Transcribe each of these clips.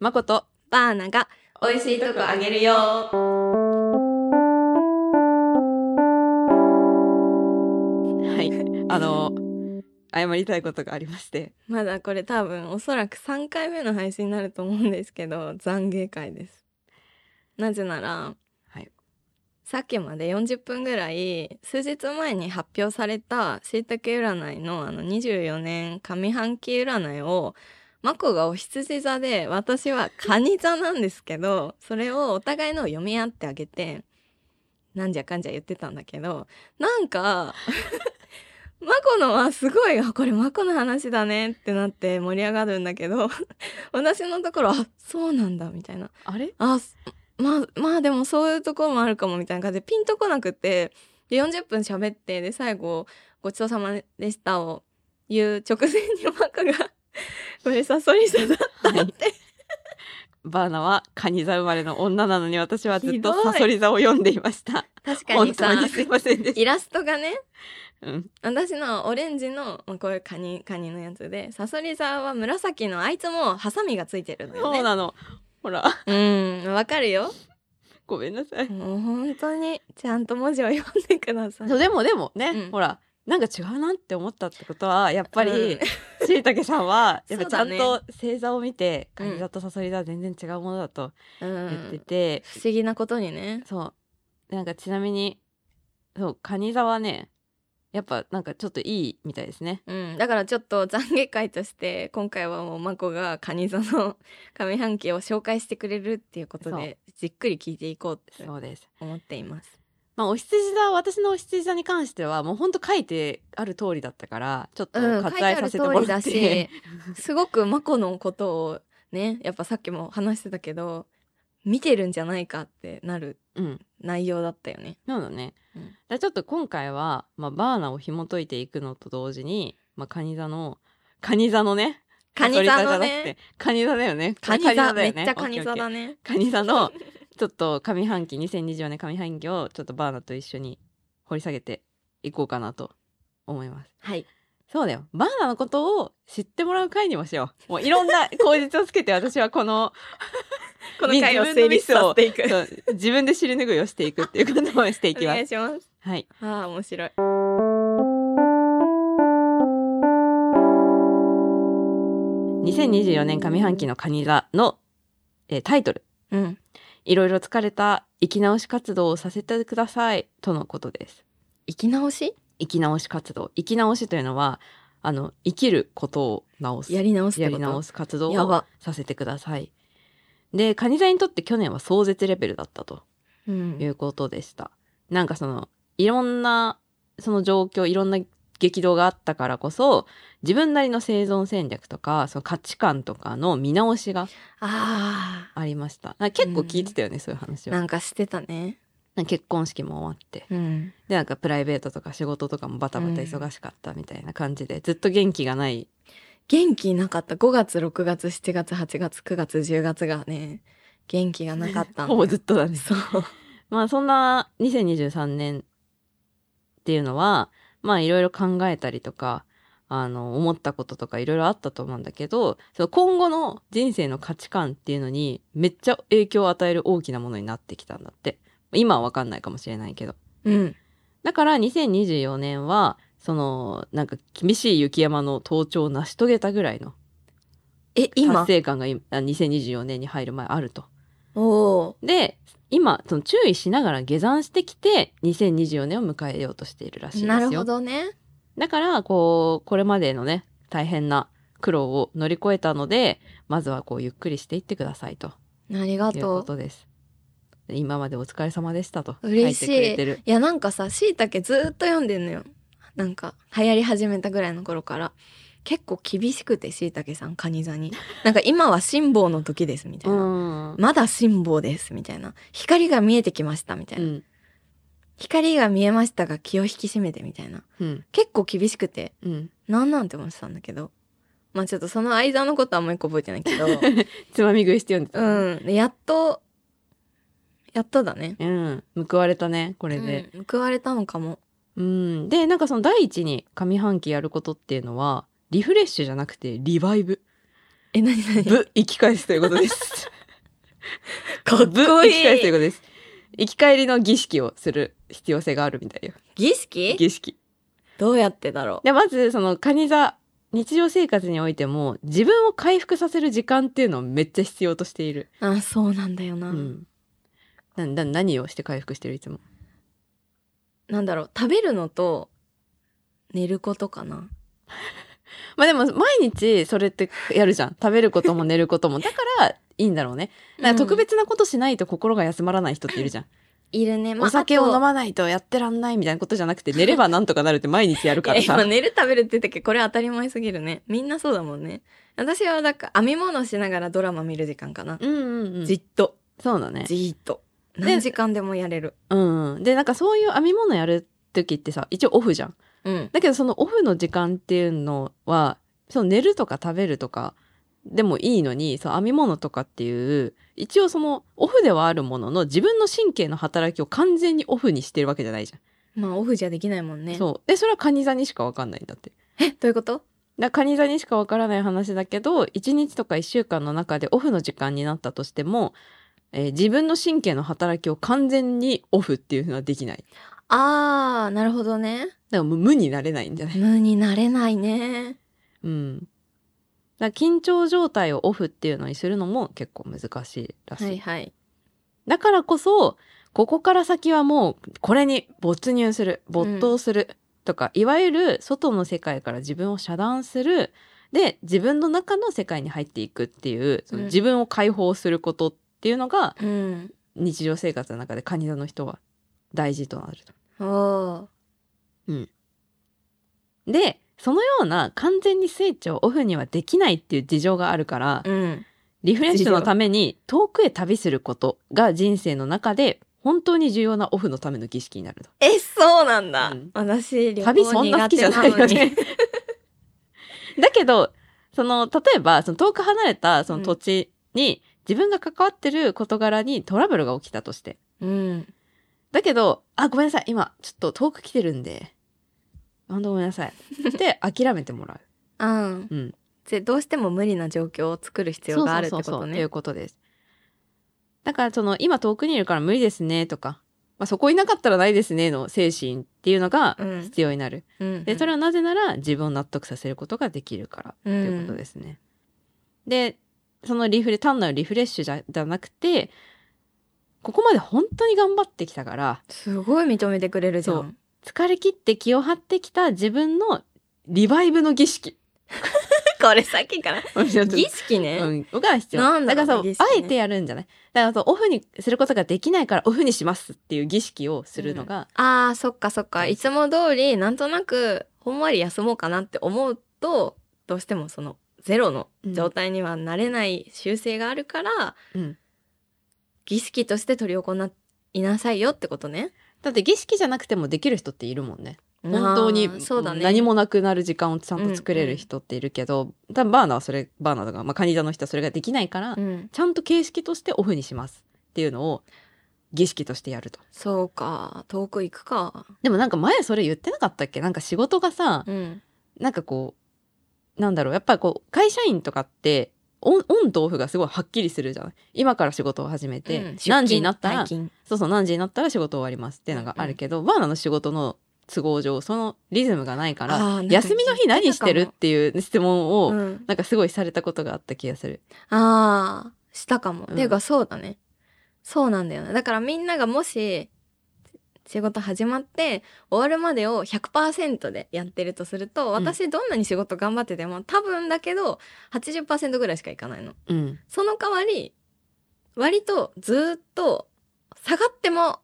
まことバーナが美味しいとこあげるよはいあの謝りたいことがありましてまだこれ多分おそらく3回目の配信になると思うんですけど懺悔会ですなぜなら、はいさっきまで40分ぐらい数日前に発表されたしいたけ占いのあの24年上半期占いをマコがお羊座で私はカニ座なんですけどそれをお互いのを読み合ってあげてなんじゃかんじゃ言ってたんだけどなんかマコのはすごいあこれマコの話だねってなって盛り上がるんだけど私のところあそうなんだみたいなあれあすまあまあでもそういうところもあるかもみたいな感じでピンとこなくてで40分喋ってで最後「ごちそうさまでした」を言う直前にマカが「これサソリ座だった」って、バーナはカニ座生まれの女なのに私はずっとひどいサソリ座を読んでいました確か本に当さにすいませんでし イラストがねた、うん、私のオレンジのまあこういうカニカニのやつでサソリ座は紫のあいつもハサミがついてるのよそうねなのほらうんわかるよごめんなさいもう本当にちゃんと文字を読んでくださいそうでもでもね、うんほらなんか違うなって思ったってことはやっぱり、しいたけさんはやっぱちゃんそうだと星座を見てカニ座とサソリ座は全然違うものだとう言ってんて、不思議なことにねそうなんかちなみにそうカニ座はねやっぱなんかちょっといいみたいですねうん、だからちょっと懺悔会として今回はもうまこがカニ座の 上半期を紹介してくれるっていうことでじっくり聞いていこうってそうです思っています。まあ、お羊座私のお羊座に関してはもうほんと書いてある通りだったからちょっとうん、書い割て愛あさるせ通てもりらだって、しすごくまこのことをねやっぱさっきも話してたけど見てるんじゃないかってなる うん内容だったよね。そうだね、うんだからちょっと今回は、まあ、バーナを紐解いていくのと同時に、まあ、カニ座のカニ座のねカニ座のカソリじゃなくねてカニ座だよねカニこれ座、だめよっねちゃカニ座だオッケーオッケね。ーカニ座のちょっと上半期2024年上半期をちょっとバーナと一緒に掘り下げていこうかなと思いますはいそうだよ。バーナのことを知ってもらう会にもしよう。もういろん な口実をつけて私はこのこの回を整理させていく。そう自分で尻拭いをしていくっていうことをしていおきま願い。すし ます。はい。ああ面白い。 2024年上半期のカニ座の、えータイトル。うんいろいろ疲れた生き直し活動をさせてくださいとのことです。生き直し生き直し活動。生き直しというのは、あの、生きることを直す。やり直すってやこりと直す活動やをば。させてください。で、カニ座にとって去年は壮絶レベルだったと。ういん。うことでした。なんかそのいろんなその状況いろんな激動があったからこそ自分なりの生存戦略とかその価値観とかの見直しがあありました。なんか結構聞いてたよね、そういう話あ、を。ななんんかしてたね。か結婚式も終わってうん。でなんかプライベートとか仕事とかもバタバタ忙しかったみたいな感じで、ずっと元気がない元気なかった。5月、6月、7月、8月、9月、10月がね、元気がなかったんだ ほよぼずっとだね。そう。まあそんな2023年っていうのはまあいろいろ考えたりとかあの思ったこととかいろいろあったと思うんだけどその今後の人生の価値観っていうのにめっちゃ影響を与える大きなものになってきたんだって今はわかんないかもしれないけどうん。だから2024年はそのなんか厳しい雪山の登頂を成し遂げたぐらいのえ、達今成感が今あ2024年に入る前あるとおおで今その注意しながら下山してきて2024年を迎えようとしているらしー。いですよなるほどね。だからこうこれまでのね大変な苦労を乗り越えたのでまずはこうゆっくりしていってくださいとありがいうこととです今までお疲れ様でしたと嬉しい書てくれてるう。いや、なんかさ、しいたけずーっと読んでんのよ。なんか、流行り始めたぐらいの頃から。結構厳しくて、しいたけさん、カニ座に。なんか、今は辛抱の時です、みたういな。ん、まだ辛抱です、みたいな。光が見えてきました、みたいうな。ん光が見えましたが気を引き締めてみたいなうん結構厳しくてうん、なんなんて思ってたんだけどまあちょっとその間のことはもう一個覚えてないけど つまみ食いして読んでた、うんでやっとやっとだね、うん、報われたねこれで、うん、報われたのかもうん、でなんかその第一に上半期やることっていうのはリフレッシュじゃなくてリバイブえ、なに なにぶ、生き返すということです。 かぶ、っこ生き返すといういいことです。生き返りの儀式をする必要性があるみたいよ。儀式儀式。どうやってだろうで、まず、その、カニ座、日常生活においても、自分を回復させる時間っていうのをめっちゃ必要としている。あ、そうなんだよな。うん。な、な、何をして回復してるいつも。なんだろう、食べるのと、寝ることかな。まあでも、毎日それってやるじゃん。食べることも寝ることも。だから、いいんだろうね。なんか特別なことしないと心が休まらない人っているじゃん。うん、いるね。まあお酒を飲あまないとやってらんないみたいなことじゃなくて、寝ればなんとかなるって毎日やるとからい や今さ。寝る食べるって言ったけど、これ当たり前すぎるね。みんなそうだもんね。私はなんか編み物しながらドラマ見る時間かな。うんうんうんじ。っと、そうだね。じっと。で何時間でもやれる。うんうん。で、なんかそういう編み物やる時ってさ、一応オフじゃん。うん。だけどそのオフの時間っていうのは、その寝るとか食べるとかでもいいのに、そう編み物とかっていう、一応そのオフではあるものの自分の神経の働きを完全にオフにしてるわけじゃないじゃまあオフじゃできないもんん。ね。そう。で、それはカニ座にしかわかんないんだって。え、どういうことだカニ座にしかわからない話だけど1日とか1週間の中でオフの時間になったとしても、えー自分の神経の働きを完全にオフっていうのはできないあー、なるほどね。だからもう無になれないんじゃない、無になれないね。うん、だから緊張状態をオフっていうのにするのも結構難しいらしい、はいはい。だからこそここから先はもうこれに没入する没頭するとか、いわゆる外の世界から自分を遮断するで自分の中の世界に入っていくっていうそのうん自分を解放することっていうのがうん。日常生活の中でカニ座の人は大事となると。おー。でそのような完全にスイッチをオフにはできないっていう事情があるから、うん。リフレッシュのために遠くへ旅することが人生の中で本当に重要なオフのための儀式になると。え、そうなんだ。うん私、旅旅そ行んな好苦きじ手ゃなないのよに。 ね。だけど、その、例えば、その遠く離れたその土地に、自分が関わってる事柄にトラブルが起きたとして。うん。だけど、あ、ごめんなさい、今、ちょっと遠く来てるんで、本当ごめんなさい。って諦めてもらう。うん。うん。で、どうしても無理な状況を作る必要があるってこそうそうとそうそうといねう。ことです。だから、その、今遠くにいるから無理ですね、とか、まあ、そこいなかったらないですね、の精神っていうのがうん必要になる。うん。で、そは、れはなぜなら自分を納得させることができるからとということですね。で、そのリフレ、単なるリフレッシュじゃじゃなくて、ここまで本当に頑張ってきたから、すごい認めてくれるじゃそん。疲れ切って気を張ってきた自分のリバイブの儀式。 これさっきから。 儀儀式ね。うん、が必要。なんだろうねからそう、儀式あねえてやるんじゃないだからそう、オフにすることができないからオフにしますっていう儀式をするのが、ああ、そっかそっか。いつも通り、なんとなく、ほんわり休もうかなって思うと、どうしてもその、ゼロの状態にはなれない習性があるから、うん儀式として取り行いなさいよってことね。だって儀式じゃなくてもできる人っているもんね。本当にあーそうだね。何もなくなる時間をちゃんと作れる人っているけど、多分バーナーはそれバーナーとか、まあ、カニ座の人はそれができないから、うん、ちゃんと形式としてオフにしますっていうのを儀式としてやるとそうか遠く行くかでもなんか前それ言ってなかったっけなんか仕事がさ、うんなんかこうなんだろうやっぱりこう会社員とかってオンオンとオフがすごいはっきりするじゃない今から仕事を始めて、うん何時になったら出勤そうそう何時になったら仕事終わりますっていうのがあるけど、バーナーの仕事の都合上そのリズムがないからあーなんか休みの日何してるっていう質問退を、勤うんなんかすごいされたことがあった気がする。ああしたかも、うんていうかそうだねそうなんだよねだからみんながもし仕事始まって終わるまでを100%でやってるとすると私どんなに仕事頑張ってても、多分だけど80%ぐらいしかいかないのうん、その代わり割とずーっと下がっても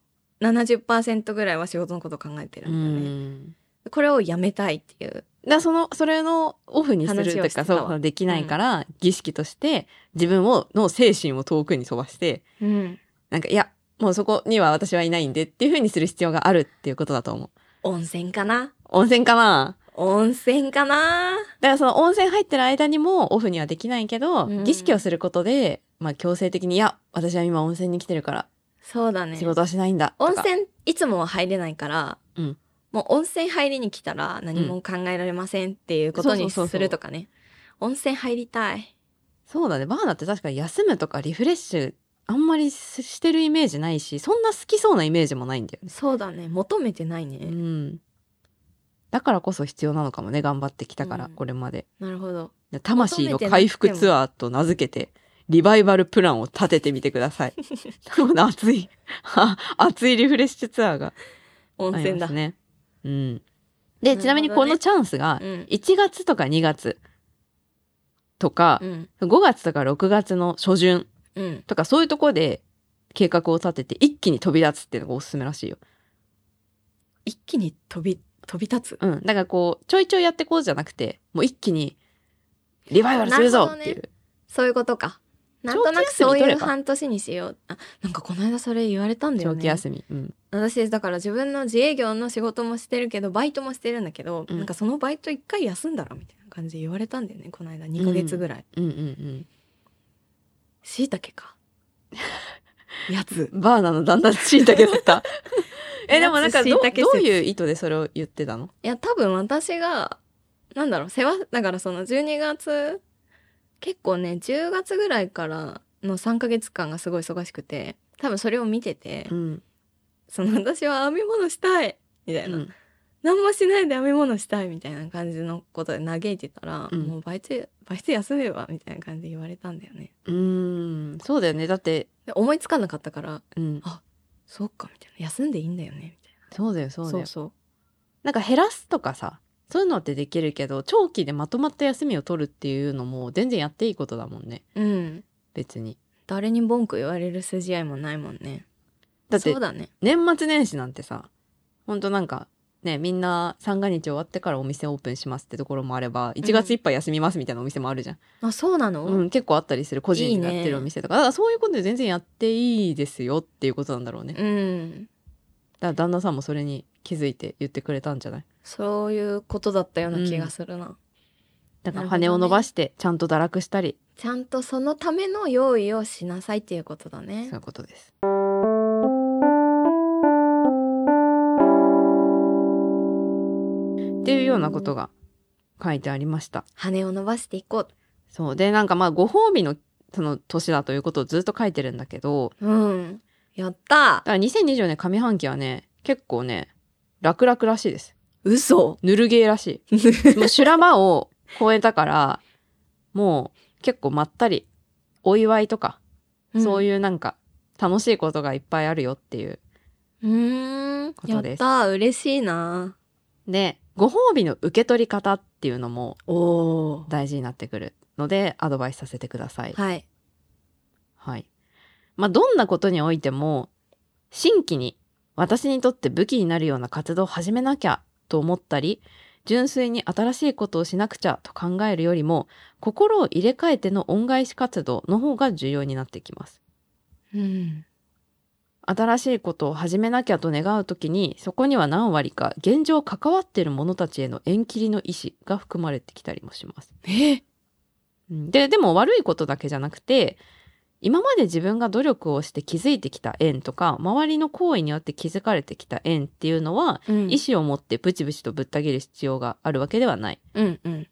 70%ぐらいは仕事のこと考えてるうんだよね、んこれをやめたいっていう。だからそのそれのオフにする話をとしてたかわそうそうできないから、儀式として自分をの精神を遠くに飛ばしてうん。なんかいやもうそこには私はいないんでっていう風にする必要があるっていうことだと思う。温泉かな温泉かな温泉かなだからその温泉入ってる間にもオフにはできないけど、うん儀式をすることで、まあ強制的に、いや、私は今温泉に来てるから、そうだね仕。事はしないんだ。とか温泉、いつもは入れないから、うんもう温泉入りに来たら何も考えられませんっていうことうんにそうそうそうそうするとかね。温泉入りたい。そうだね。バーナって確かに休むとかリフレッシュあんまりししてるイメージないし、そんな好きそうなイメージもないんだよね。そうだね求めてないうねん。だからこそ必要なのかもね。頑張ってきたから、うんこれまで。なるほど魂の回復ツアーと名付けて、リバイバルプランを立ててみてくだ さい。多分熱い、は熱いリフレッシュツアーが温あり泉まだ、すね。うん。なるほどで、ねちなみにこのチャンスがう、ん1月とか2月とかう、ん5月とか6月の初旬うんとかそういうとこで計画を立てて一気に飛び立つっていうのがおすすめらしいよ。一気に飛び飛び立つうん。だからこう、ちょいちょいやってこうじゃなくて、もう一気にリバイバルするぞっていう。そういうことかなんとなくそ長期休みう取いれうば半年にしようあなんかこの間それ言われたんだよ長ね期休み。うん。私だから自分の自営業の仕事もしてるけどバイトもしてるんだけど、うんなんかそのバイト一回休んだらみたいな感じで言われたんだよねこの間2ヶ月ぐらいうんうんしいたけ かやつうん。バーナーのだんだん椎茸だった。 え、でもなんかど椎茸説どういう意図でそれを言ってたのいや多分私がなんだろう世話だからその12月結構ね10月ぐらいからの3ヶ月間がすごい忙しくて多分それを見てて、ん。その私は編み物したいみたういな、ん。何もしないで編み物したいみたいな感じのことで嘆いてたら、うんもうバイトバイト休めばみたいな感じで言われたんだよねうーん。そうだよね。だって、で思いつかなかったからうん。そうかみたいな休んでいいんだよねみたいそうだよ、そうなだよ。そうなんか減らすとかさ、そういうのってできるけど、長期でまとまった休みを取るっていうのも全然やっていいことだもんね。そううん別に。誰に文句言われる筋合いもないもんねだってそうだね年末年始なんてさほんとなんかねみんな三が日終わってからお店オープンしますってところもあれば1月いっぱい休みますみたいなお店もあるじゃん、あそうなの、うん結構あったりする個人がやってるお店とかだからそういうことで全然やっていいですよっていうことなんだろうねだかうん、ら旦那さんもそれに気づいて言ってくれたんじゃないそういうことだったような気がするな、だからなるほどね羽を伸ばしてちゃんと堕落したりちゃんとそのための用意をしなさいっていうことだねそういうことですっていうようなことが書いてありました羽を伸ばしていこそうでなんかまあご褒美のその年だということをずっと書いてるんだけどううんやっただから2024年上半期はね結構ね楽々らしいです嘘ぬるゲーらしい もう修羅場を超えたからもう結構まったりお祝いとか、そういいうなんか楽しいことがいっぱいあるよっていううんうーんことですやった嬉しいなでご褒美の受け取り方っていうのもおお大事になってくるのでアドバイスさせてくださいはいはい。まあ、どんなことにおいても、新規に私にとって武器になるような活動を始めなきゃと思ったり、純粋に新しいことをしなくちゃと考えるよりも、心を入れ替えての恩返し活動の方が重要になってきます。うん新しいことを始めなきゃと願うときに、そこには何割か現状関わっている者たちへの縁切りの意思が含まれてきたりもします。えうんで、でも悪いことだけじゃなくて、今まで自分が努力をして築いてきた縁とか、周りの行為によって築かれてきた縁っていうのは、うん意思を持ってブチブチとぶった切る必要があるわけではない。うんうん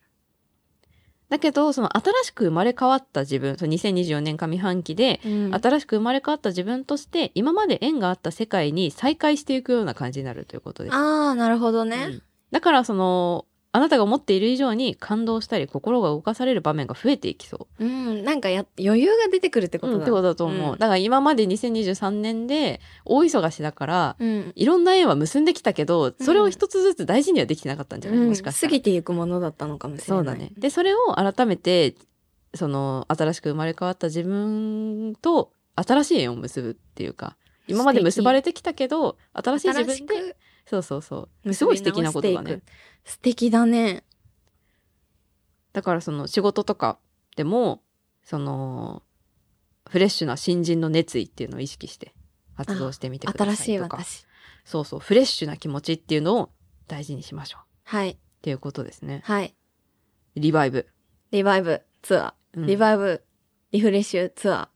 だけど、その新しく生まれ変わった自分、その2024年上半期で、うん新しく生まれ変わった自分として、今まで縁があった世界に再会していくような感じになるということです。ああなるほどね、うんだから、その、あなたが思っている以上に感動したり心が動かされる場面が増えていきそう。うん、なんかや余裕が出てくるってこうん、とっだ。てことだと思う、うんだから今まで2023年で大忙しだからうん。いろんな縁は結んできたけどそれを一つずつ大事にはできてなかったんじゃない、うんもしかし過たらぎていくものだったのかもしれない。そうだね。でそれを改めてその新しく生まれ変わった自分と新しい縁を結ぶっていうか今まで結ばれてきたけど新しい自新し分でくそうそうそう結すごいび素敵な直こしてといだくね。素敵だね。だからその仕事とかでもそのフレッシュな新人の熱意っていうのを意識して活動してみてくだ新さしいいとか私。そうそうフレッシュな気持ちっていうのを大事にしましょうはいっていうことですねはい。リバイブ、リバイブツアうんー、リバイブリフレッシュツア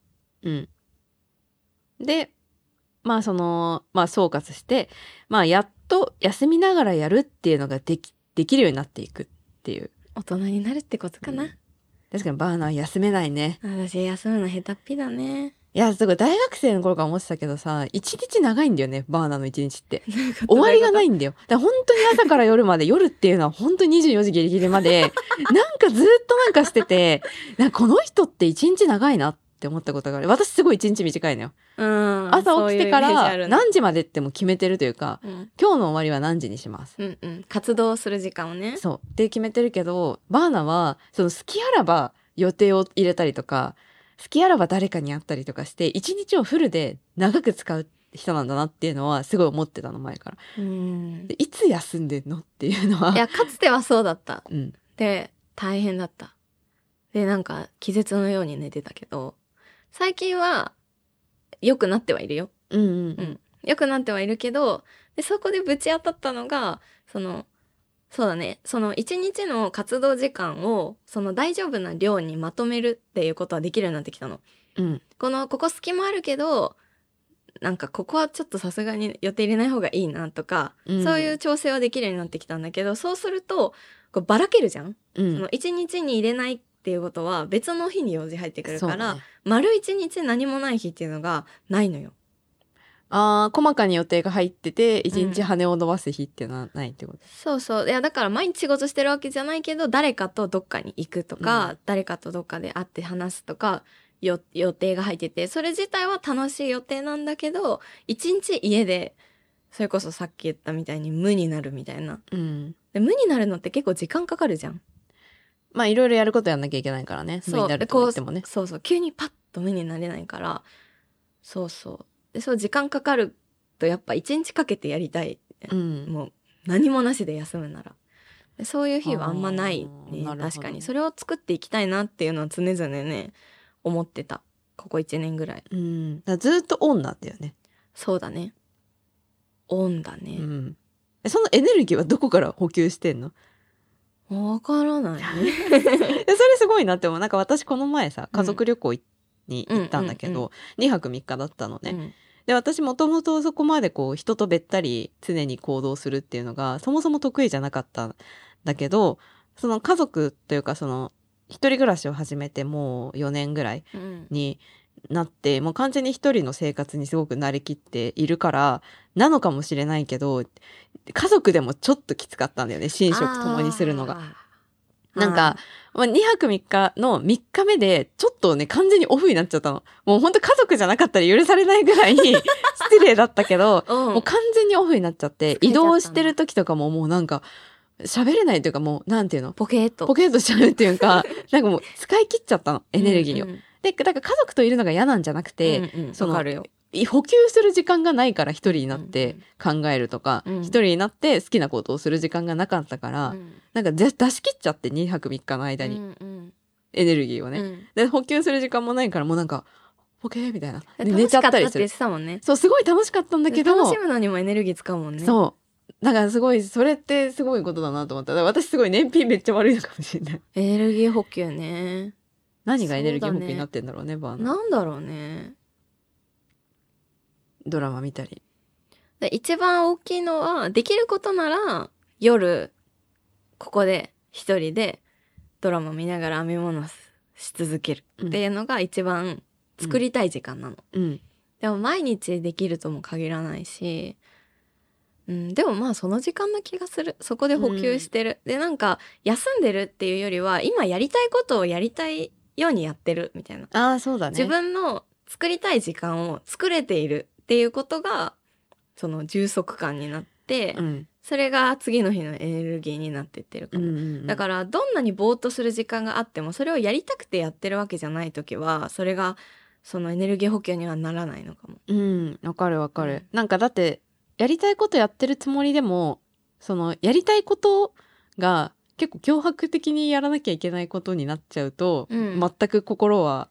うんでまあそのまあ総括してまあやっと休みながらやるっていうのができできるようになっていくっていうー。大人になるってことかな。うん確かにバーナー休めないね。私休むの下手っぴだねいや、すごい大学生の頃から思ってたけどさ、一日長いんだよね、バーナーの一日って。 終わりがないんだよ。 だから本当に朝から夜まで、夜っていうのは本当に24時ギリギリ まで、なんかずっとなんかしてて、なんかこの人って一日長いなって思ったことがある。私すごい一日短いのよ。うん朝起きてかそういうイメージあらるな何時までってもう決めてるというか、うん今日の終わりは何時にします。うんうん活動する時間をねそう。って決めてるけど、バーナは、その好きあらば予定を入れたりとか、好きあらば誰かに会ったりとかして、一日をフルで長く使う人なんだなっていうのはすごい思ってたの前から。うんでいつ休んでんのっていうのは。いやかつてはそうだったうん。で大変だったでなんか気絶のように寝てたけど最近は良くなってはいるようんうんうん良くなってはいるけどでそこでぶち当たったのがそのそうだねその一日の活動時間をその大丈夫な量にまとめるっていうことはできるようになってきたの。うん。このここ隙間あるけどなんかここはちょっとさすがに予定入れない方がいいなとか、うんそういう調整はできるようになってきたんだけどそうするとこうばらけるじゃん、うそんの。1日に入れないっていうことは別の日に用事入ってくるそうかだら、ね丸1日何もない日っていうのがないのよ。ああ、細かに予定が入ってて、一日うん羽を伸ばす日っていうのはないってこと。そうそういやだから毎日仕事してるわけじゃないけど誰かとどっかに行くとか、う誰かとどっかで会って話すとかよ予定が入っててそれ自体は楽しい予定なんだけど一日家でそれこそさっき言ったみたいに無になるみたいなうん。で無になるのって結構時間かかるじゃん。まあいろいろやることやんなきゃいけないからね。無になるでとこ言うってもね。そうそう急にパッと無になれないからそうそうでそう時間かかるとやっぱ一日かけてやりたいうん。もう何もなしで休むならでそういう日はあんまないあーねなるほどね確かにそれを作っていきたいなっていうのは常々ね思ってたここ1年ぐらいうん、だからずっとオンなんだよね。そうだねオンだうね、ん、えそのエネルギーはどこから補給して んのわからないねえそれすごいなって思うなんか私この前さ家族旅行いに行ったんだけうんうんど、2泊3日だった のね。うんで私もともとそこまでこう人とべったり常に行動するっていうのがそもそも得意じゃなかったんだけどその家族というかその一人暮らしを始めてもう4年ぐらいうんになってもう完全に一人の生活にすごく慣れきっているからなのかもしれないけど家族でもちょっときつかったんだよね寝食ともにするのあが。ーなんかまあ、2泊3日の3日目でちょっとね完全にオフになっちゃったの。もうほんと家族じゃなかったら許されない ぐらい失礼だったけどあーうんもう完全にオフになっちゃっ疲てれ移ちゃったんだ動してる時とかももうなんか喋れないというかもうなんていうのポケットポケットしちゃうっていう かなんかもう使い切っちゃったのエネルギーを。うんうんで、だから家族といるのが嫌なんじゃなくて、うんうんそのわかるよ補給する時間がないから一人になって考えるとか、うんうん一人になって好きなことをする時間がなかったから、うんなんかぜ出し切っちゃって2泊3日の間に、うんうんエネルギーをね、うんで、補給する時間もないからもうなんか、ポケーみたいな。で楽寝しちゃかっったたってり言っすて。るたもんねそう、すごい楽しかったんだけど、楽しむのにもエネルギー使うもんねそう。だからすごい、それってすごいことだなと思った。だから私すごい燃費めっちゃ悪いのか もしれない。エネルギー補給ね何がエネルギーそう補だね給になってんだろうね、バーナー。なんだろうねドラマ見たり。で一番大きいのはできることなら夜ここで一人でドラマ見ながら編み物し続けるうんっていうのが一番作りたい時間なの、うん。でも毎日できるとも限らないし、うん、でもまあその時間の気がするそこで補給してる、でなんか休んでるっていうよりは今やりたいことをやりたいようにやってるみたいなああ、そうだね。自分の作りたい時間を作れているっていうことがその充足感になって、うん。それが次の日のエネルギーになってってるかうんも、うんうん。だからどんなにぼーっとする時間があってもそれをやりたくてやってるわけじゃない時はそれがそのエネルギー補給にはならないのかも。うん、わかるわかる。うんなんかだって、やりたいことやってるつもりでも、その、やりたいことが結構脅迫的にやらなきゃいけないことになっちゃうと、うん全く心は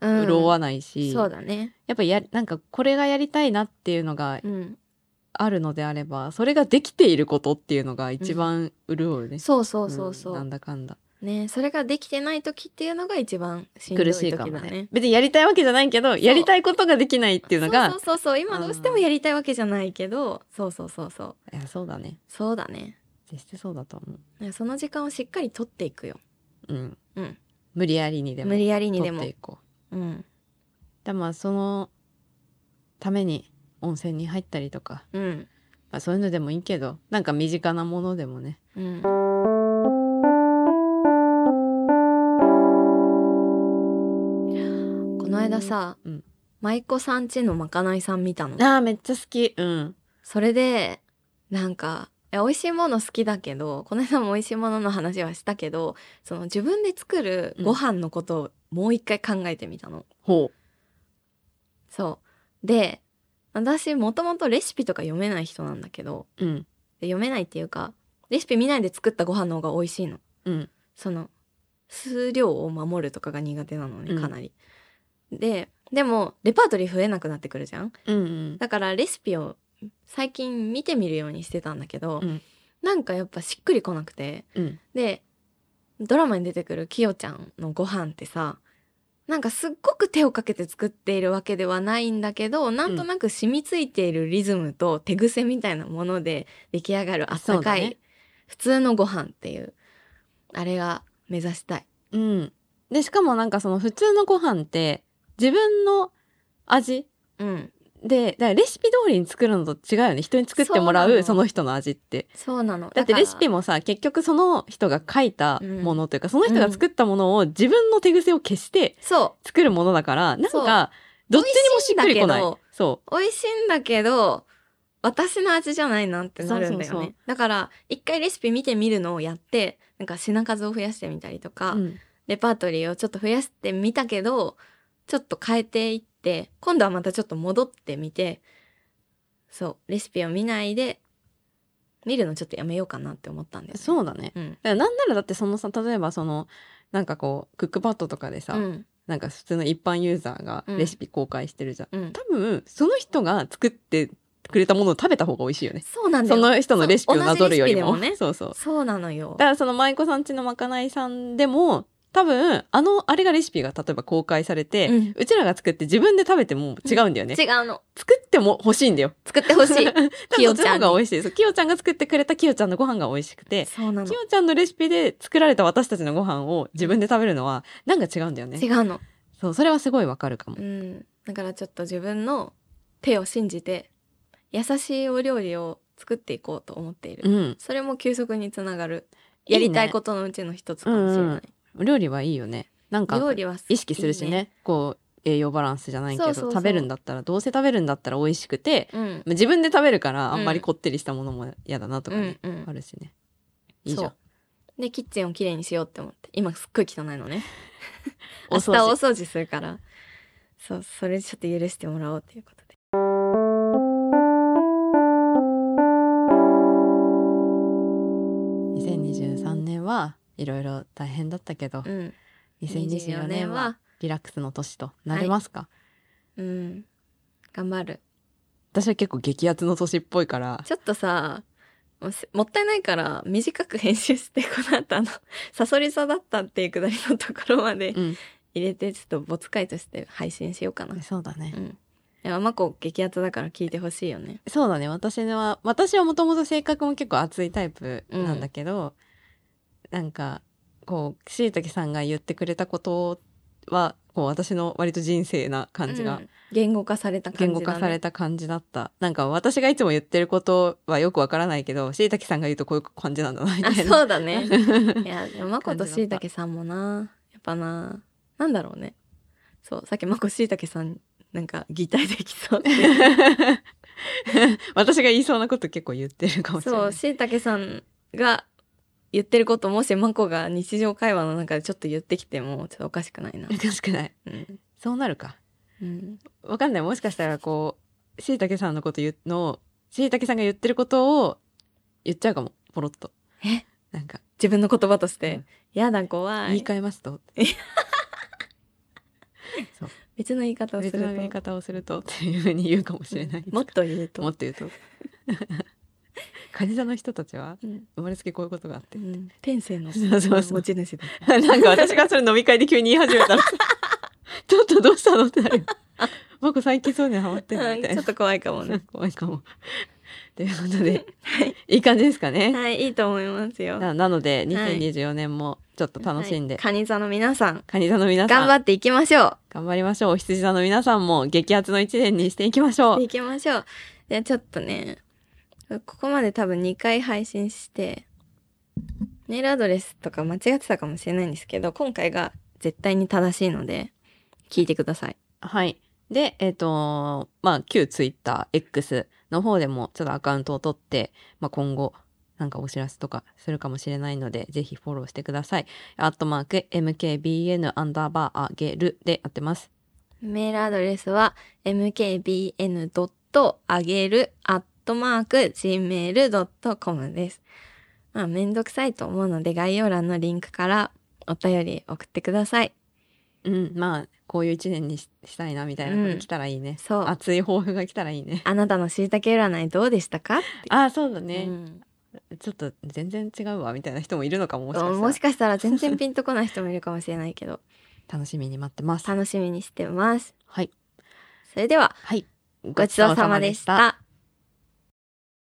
うん潤わないし、そうだね、やっぱや、なんかこれがやりたいなっていうのがうん、あるのであれば、それができていることっていうのが一番潤うね。そうそうそうそう、んなんだかんだ。ねそれができてない時っていうのが一番しんどい苦し時いかだもねね。別にやりたいわけじゃないけど、やりたいことができないっていうのが、そうそうそうそう今どうしてもやりたいわけじゃないけどそうそうそうそういや、そうだね。そうだね絶対そうだと思う。その時間をしっかり取っていくよ。うん。うん。無理やりにでも無理やりにで取っもていこううんだまあそのために温泉に入ったりとか、うんまあ、そういうのでもいいけどなんか身近なものでもねうんこの間さ、うん舞妓さんちのまかないさん見たのあーめっちゃ好きうんそれでなんかいや美味しいもの好きだけどこの間も美味しいものの話はしたけどその自分で作るご飯のことをもう一回考えてみたの。ほそうで私もともとレシピとか読めない人なんだけどううんで読めないっていうかレシピ見ないで作ったご飯の方が美味しいの。うんその数量を守るとかが苦手なのねうんかなり。ででもレパートリー増えなくなってくるじゃん。うんうんだからレシピを最近見てみるようにしてたんだけど、うんなんかやっぱしっくりこなくてうんでドラマに出てくるきよちゃんのご飯ってさなんかすっごく手をかけて作っているわけではないんだけどなんとなく染みついているリズムと手癖みたいなもので出来上がるあったそうだかい、ね普通のご飯っていうあれが目指したい。うんでしかもなんかその普通のご飯って自分の味うん、でだからレシピ通りに作るのと違うよね人に作ってもらそうなうのその人の味ってそうなのだってレシピももさ結局その人が書いたものというか、その人が作ったものを自分の手癖を消してそ作るものだからなんそうかどっちにもしっくりこない美味しいんだそう美味しいんだけど私の味じゃないなってなるんだよねそうそうそうだから一回レシピ見てみるのをやってなんか品数を増やしてみたりとか、う、うんレパートリーをちょっと増やしてみたけどちょっと変えていって今度はまたちょっと戻ってみてそうレシピを見ないで見るのちょっとやめようかなって思ったんだよね。そうだねうん、だからなんならだってそのさ例えばそのなんかこうクックパッドとかでさ、うんなんか普通の一般ユーザーがうんレシピ公開してるじゃん、うん、多分その人が作ってくれたものを食べた方が美味しいよねそうなんだそよの人のレシピをそうなぞるよりも同じレシピでもねそうそうそうなのよだからその舞妓さんちのまかないさんでも多分あのあれがレシピが例えば公開されて、ううんちらが作って自分で食べても違うんだよね、違うの作っても欲しいんだよ作って ほしい多分きよちゃんにそっちの方が美味しいですきよちゃんが作ってくれたきよちゃんのご飯が美味しくてそうなのきよちゃんのレシピで作られた私たちのご飯を自分で食べるのはなんか違うんだよね違うのそうそれはすごいわかるかもうん、だからちょっと自分の手を信じて優しいお料理を作っていこうと思っている、うんそれも休息につながるいいやねりたいことのうちの一つかもしれない、お料理はいいよねなんか料理は意識するしねいいこう栄養バランスじゃないけどそうそうそう食べるんだったらどうせ食べるんだったら美味しくてうん、自分で食べるからうんあんまりこってりしたものも嫌だなとかね、うんうんあるしねいいじゃんでキッチンをきれいにしようって思って今すっごい汚いのね お明掃日お除掃除するからそうそれちょっと許してもらおうということで2023年はいろいろ大変だったけど、うん2024 24年年ははリラックスの年となれますか、うん頑張る私は結構激アツの年っぽいからちょっとさ、もうせもったいないから短く編集して、この後あの、 サソリ座だったっていうくだりのところまでうん入れて、ちょっと没回として配信しようかな。そうだねう、ん。いや、マコ激アツだから聞いてほしいよね。そうだね私は私はもともと性格も結構熱いタイプなんだけど、なんかこうしいたけさんが言ってくれたことはこう私の割と人生な感じうがん言語化された感言じだ、語ね。化された感じだった、なんか私がいつも言ってることはよくわからないけどしいたけさんが言うとこういう感じなんだなみたあ、いなそうだ ね。いや、でもマコとしいたけさんもな、やっぱな、なんだろうね。そう、さっきマコしいたけさん、なんか擬態できそうっていう私が言いそうなこと結構言ってるかもしれそなういしいたけさんが言ってることもしまこが日常会話の中でちょっと言ってきてもちょっとおかしくないな、おかしくないうんそうなるかうんわかんないもしかしたらこうしいたけさんのこと言うのをしいたけさんが言ってることを言っちゃうかもポロッとえなんか自分の言葉として「うんやだ怖い言い換えますと、別の言い方をする別との言い方をするとっていうふうに言うかもしれない、もっと言うもとっと言 うとカニ座の人たちはうん生まれつきこういうことがあって うん天性 のそうそうそう持ち主だなんか私がそれ飲み会で急に言い始め たらちょっとどうしたのってなるよマコ最近そういうのにハマってるみたういんちょ なっと怖いかもね怖いかもということで、はい、いい感じですかね。はい、いいと思いますよ。ななので、はい2024年もちょっと楽しんで、はいカニ座の皆さん、カニ座の皆さん、頑張っていきましょう。頑張りましょう。お羊座の皆さんも激アツの一年にしていきましょ う行。きましょう。じゃあちょっとね、ここまで多分2回配信して、メールアドレスとか間違ってたかもしれないんですけど、今回が絶対に正しいので、聞いてください。はい。で、えっ、と、まあ、旧 Twitter、X の方でもちょっとアカウントを取って、まあ、今後、なんかお知らせとかするかもしれないので、ぜひフォローしてください。アットマーク、mkbn アンダーバーあげるでやってます。メールアドレスは mkbn.agel.gmail.com です。まあ、めんどくさいと思うので概要欄のリンクからお便り送ってください。うん、まあ、こういう一年にししたいなみたいなこと来たらいいね。そう。あ熱い抱負が来たらいいね。なたの椎茸占いどうでしたかってああ、そうだねう、んちょっと全然違うわみたいな人もいるのかももしかしたらもしかしたら全然ピンとこない人もいるかもしれないけど楽しみに待ってます。楽しみにしてますはい。それでははい。ごちそうさまでした